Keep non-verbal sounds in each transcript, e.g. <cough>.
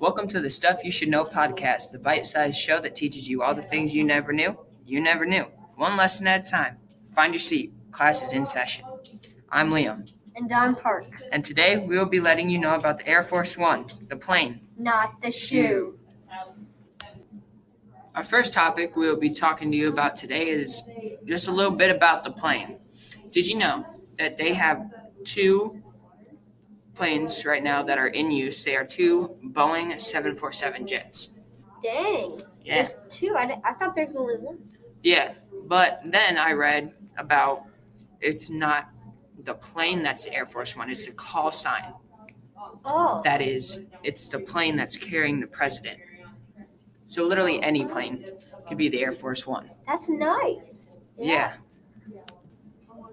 Welcome to the Stuff You Should Know podcast, the bite sized show that teaches you all the things you never knew, you never knew, one lesson at a time. Find your seat, class is in session. I'm Liam, and Don Park, and today we will be letting you know about the Air Force One, the plane. not the shoe. Our first topic we will be talking to you about today is just a little bit about the plane. Did you know that they have two planes right now that are in use? They are two Boeing 747 jets. Dang. Yeah. There's two. I, di- I thought there's only one. Yeah, but then I read about it's not the plane that's Air Force One, it's the call sign. Oh. That is, it's the plane that's carrying the president. So literally any plane could be the Air Force One. That's nice. Yeah.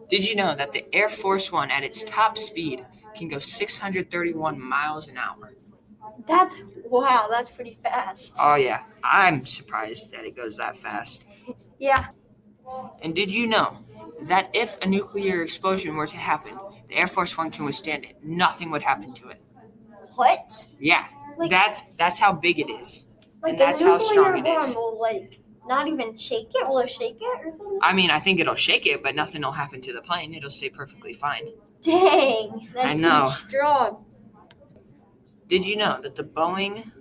Did you know that the Air Force One at its top speed can go 631 miles an hour? That's wow. That's pretty fast. Oh, yeah. I'm surprised that it goes that fast. Yeah. And did you know that if a nuclear explosion were to happen, the Air Force One can withstand it? Nothing would happen to it. What? Yeah, Like that's that's how big it is. like that's a how nuclear strong it bomb is. will like not even shake it. Will it shake it or something? I mean, I think it'll shake it, but nothing will happen to the plane. It'll stay perfectly fine. Dang. That's I pretty know. Strong. Did you know that the Boeing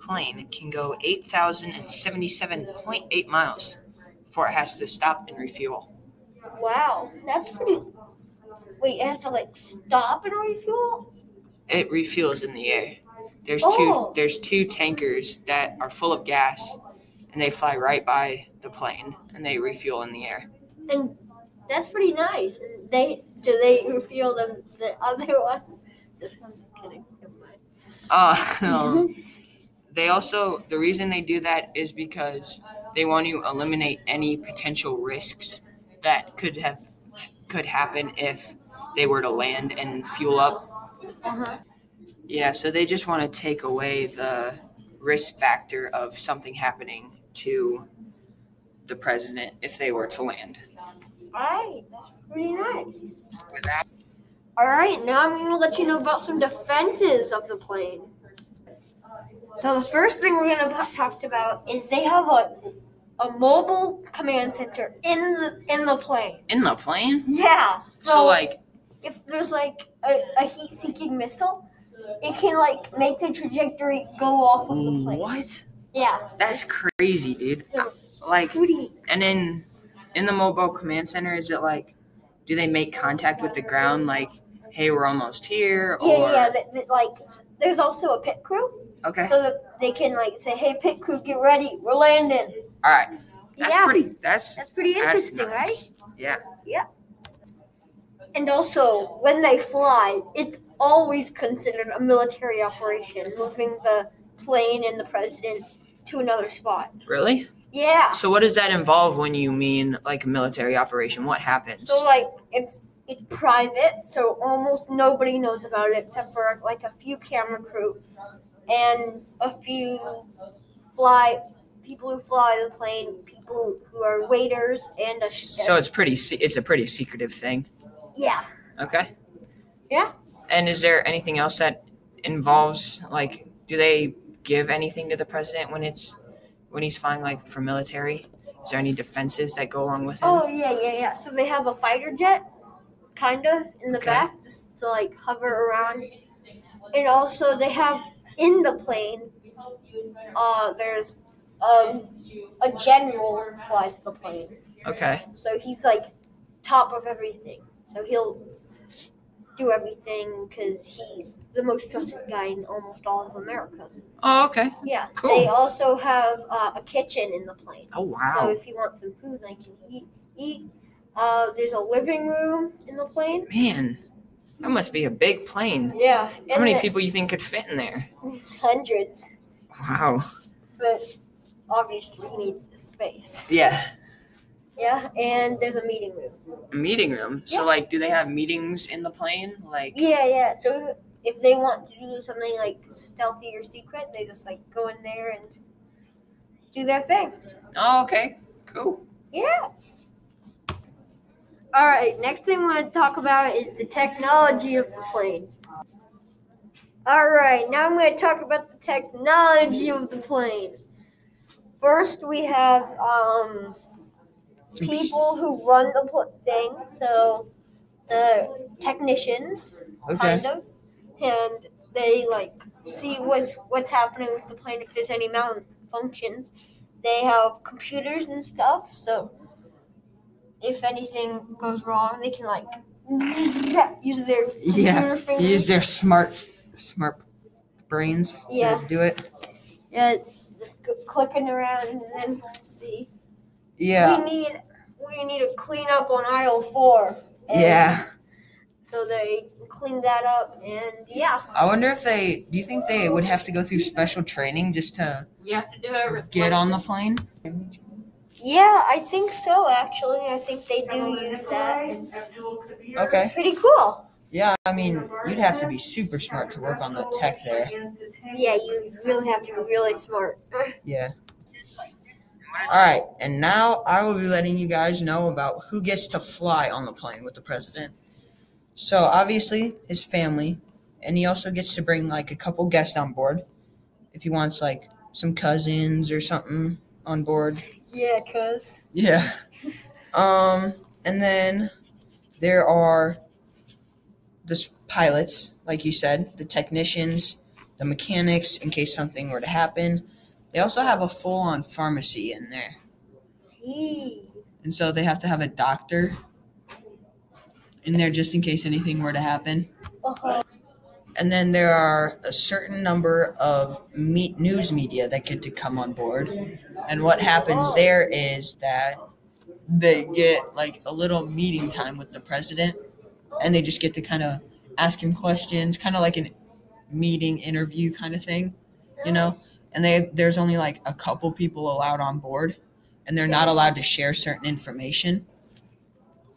plane can go 8,077.8 miles before it has to stop and refuel? Wow. That's pretty. Wait, it has to like stop and refuel. It refuels in the air. There's Oh. two there's two tankers that are full of gas and they fly right by the plane and they refuel in the air. And that's pretty nice. They do they refuel them the other <laughs> one? This one, just kidding. Never mind. Uh, um, they also the reason they do that is because they want to eliminate any potential risks that could have could happen if they were to land and fuel up. Uh-huh. Yeah, so they just want to take away the risk factor of something happening to the president if they were to land. All right, that's pretty nice. With that, All right, now I'm going to let you know about some defenses of the plane. So the first thing we're going to talk about is they have a a mobile command center in the in the plane. in the plane. Yeah. So, So, like, if there's like a, a heat-seeking missile, it can like make the trajectory go off of the plane. what? Yeah. That's crazy, dude. So Like, pretty. And in in the mobile command center, is it like do they make contact with the ground like, hey, we're almost here Yeah, or yeah. That, that, like, there's also a pit crew, Okay. so that they can like say, "Hey, pit crew, get ready, we're landing." All right. That's yeah. pretty that's That's pretty that's interesting, right? nice. Yeah. And also, when they fly, it's always considered a military operation, moving the plane and the president to another spot. Really? Yeah. So what does that involve when you mean like a military operation? What happens? So like it's it's private, so almost nobody knows about it except for like a few camera crew and a few fly people who fly the plane, people who are waiters and a So it's pretty se- it's a pretty secretive thing. yeah. Okay? Yeah. And is there anything else that involves like do they give anything to the president when it's when he's flying like for military? Is there any defenses that go along with it? Oh yeah, yeah, yeah. So they have a fighter jet, kind of in the Okay. back, just to like hover around. And also they have in the plane. Uh, there's um a general who flies the plane, Okay. so he's like top of everything. So he'll do everything because he's the most trusted guy in almost all of America. Oh, okay. Yeah. Cool. They also have uh, a kitchen in the plane. Oh So wow. if you want some food, I can eat. eat. Uh, there's a living room in the plane. Man, that must be a big plane. Yeah. How many people you think could fit in there? people? Hundreds. Wow. But obviously he needs space. Yeah. Yeah. And there's a meeting room. A meeting room. Yeah. So like do they have meetings in the plane? Like Yeah, yeah. So if they want to do something like stealthy or secret, they just like go in there and do their thing. Oh, okay. Cool. Yeah. All right. Next thing we're going to talk about is the technology of the plane. All right, now I'm going to talk about the technology of the plane. First, we have um, people who run the pl- thing, so the technicians, kind of, and they like see what's what's happening with the plane if there's any malfunctions. They have computers and stuff, so if anything goes wrong, they can like <laughs> use their computer Yeah, fingers. Use their smart, smart brains to Yeah. do it. Yeah, just go clicking around and then see. Yeah, We need we need to clean up on aisle four. And yeah. So they clean that up and yeah. I wonder if they. Do you think they would have to go through special training just to You have to do it. with- get on the plane? Yeah, I think so actually. I think they do use that. and Okay. It's pretty cool. Yeah, I mean, you'd have to be super smart to work on the tech there. Yeah, you really have to be really smart. Yeah. All right, and now I will be letting you guys know about who gets to fly on the plane with the president. So obviously his family, and he also gets to bring like a couple guests on board, if he wants like some cousins or something on board. <laughs> Yeah, cuz. Yeah. Um, and then there are the s- pilots, like you said, the technicians, the mechanics, in case something were to happen. They also have a full on pharmacy in there. Gee. And so they have to have a doctor in there just in case anything were to happen. Uh-huh. And then there are a certain number of me- news media that get to come on board. And what happens there is that they get like a little meeting time with the president and they just get to kind of ask him questions, kind of like a meeting interview kind of thing, you know? And they there's only like a couple people allowed on board and they're not allowed to share certain information.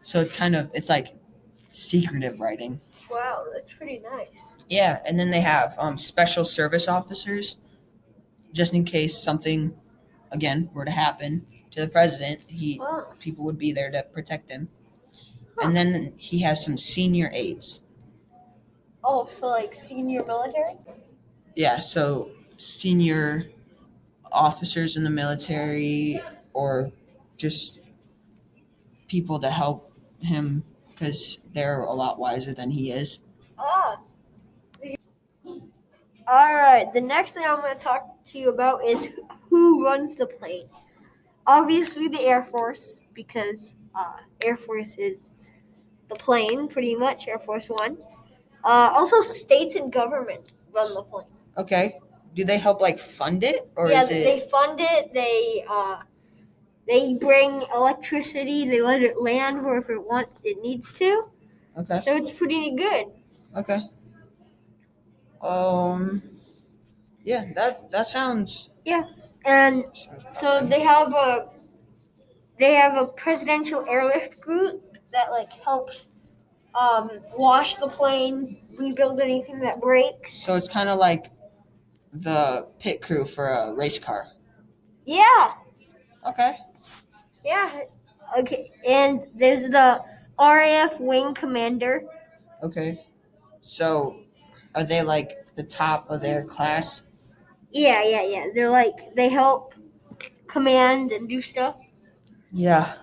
So it's kind of it's like secretive writing. Wow, that's pretty nice. Yeah, and then they have um, special service officers, just in case something, again, were to happen to the president. He Wow. people would be there to protect him. And then he has some senior aides. Oh, so like senior military? Yeah, so senior officers in the military or just people to help him because they're a lot wiser than he is. Ah. All right. The next thing I'm going to talk to you about is who runs the plane. Obviously, the Air Force, because uh, Air Force is the plane, pretty much Air Force One. Uh, also, states and government run the plane. Okay. Do they help like fund it or yeah, is it they fund it. They uh, they bring electricity. They let it land wherever it wants, it needs to. Okay. So it's pretty good. Okay. Um Yeah, that that sounds And So they have a they have a presidential airlift group that like helps um, wash the plane, rebuild anything that breaks. So it's kind of like the pit crew for a race car. Yeah, Okay. yeah. Okay, and there's the RAF wing commander. Okay. So are they like the top of their class? Yeah, yeah, yeah. They're like they help command and do stuff. Yeah.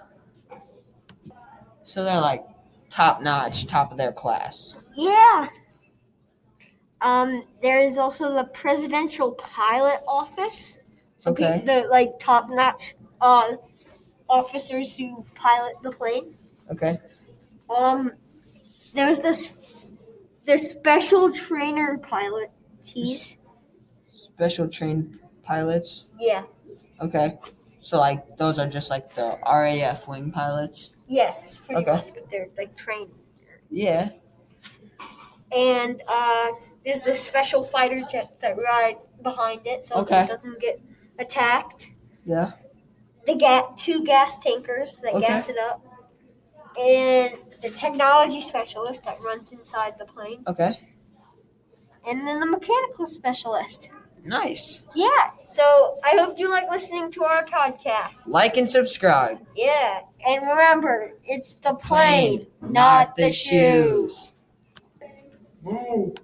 So they're like top notch, top of their class. Yeah. Um, there is also the presidential pilot office. So pe- Okay. the like top notch uh, officers who pilot the plane. Okay. Um, there's this there's special trainer pilot tees. Special trained pilots. Yeah. Okay. So like those are just like the RAF wing pilots. Yes. Pretty Okay. much, but they're like trained. Yeah. And uh, there's the special fighter jet that ride behind it, so Okay. it doesn't get attacked. Yeah. the ga- two gas tankers that Okay. gas it up, and the technology specialist that runs inside the plane, Okay. and then the mechanical specialist. Nice. Yeah. So I hope you like listening to our podcast. Like and subscribe. Yeah. And remember, it's the plane, not, the, shoes. Boo.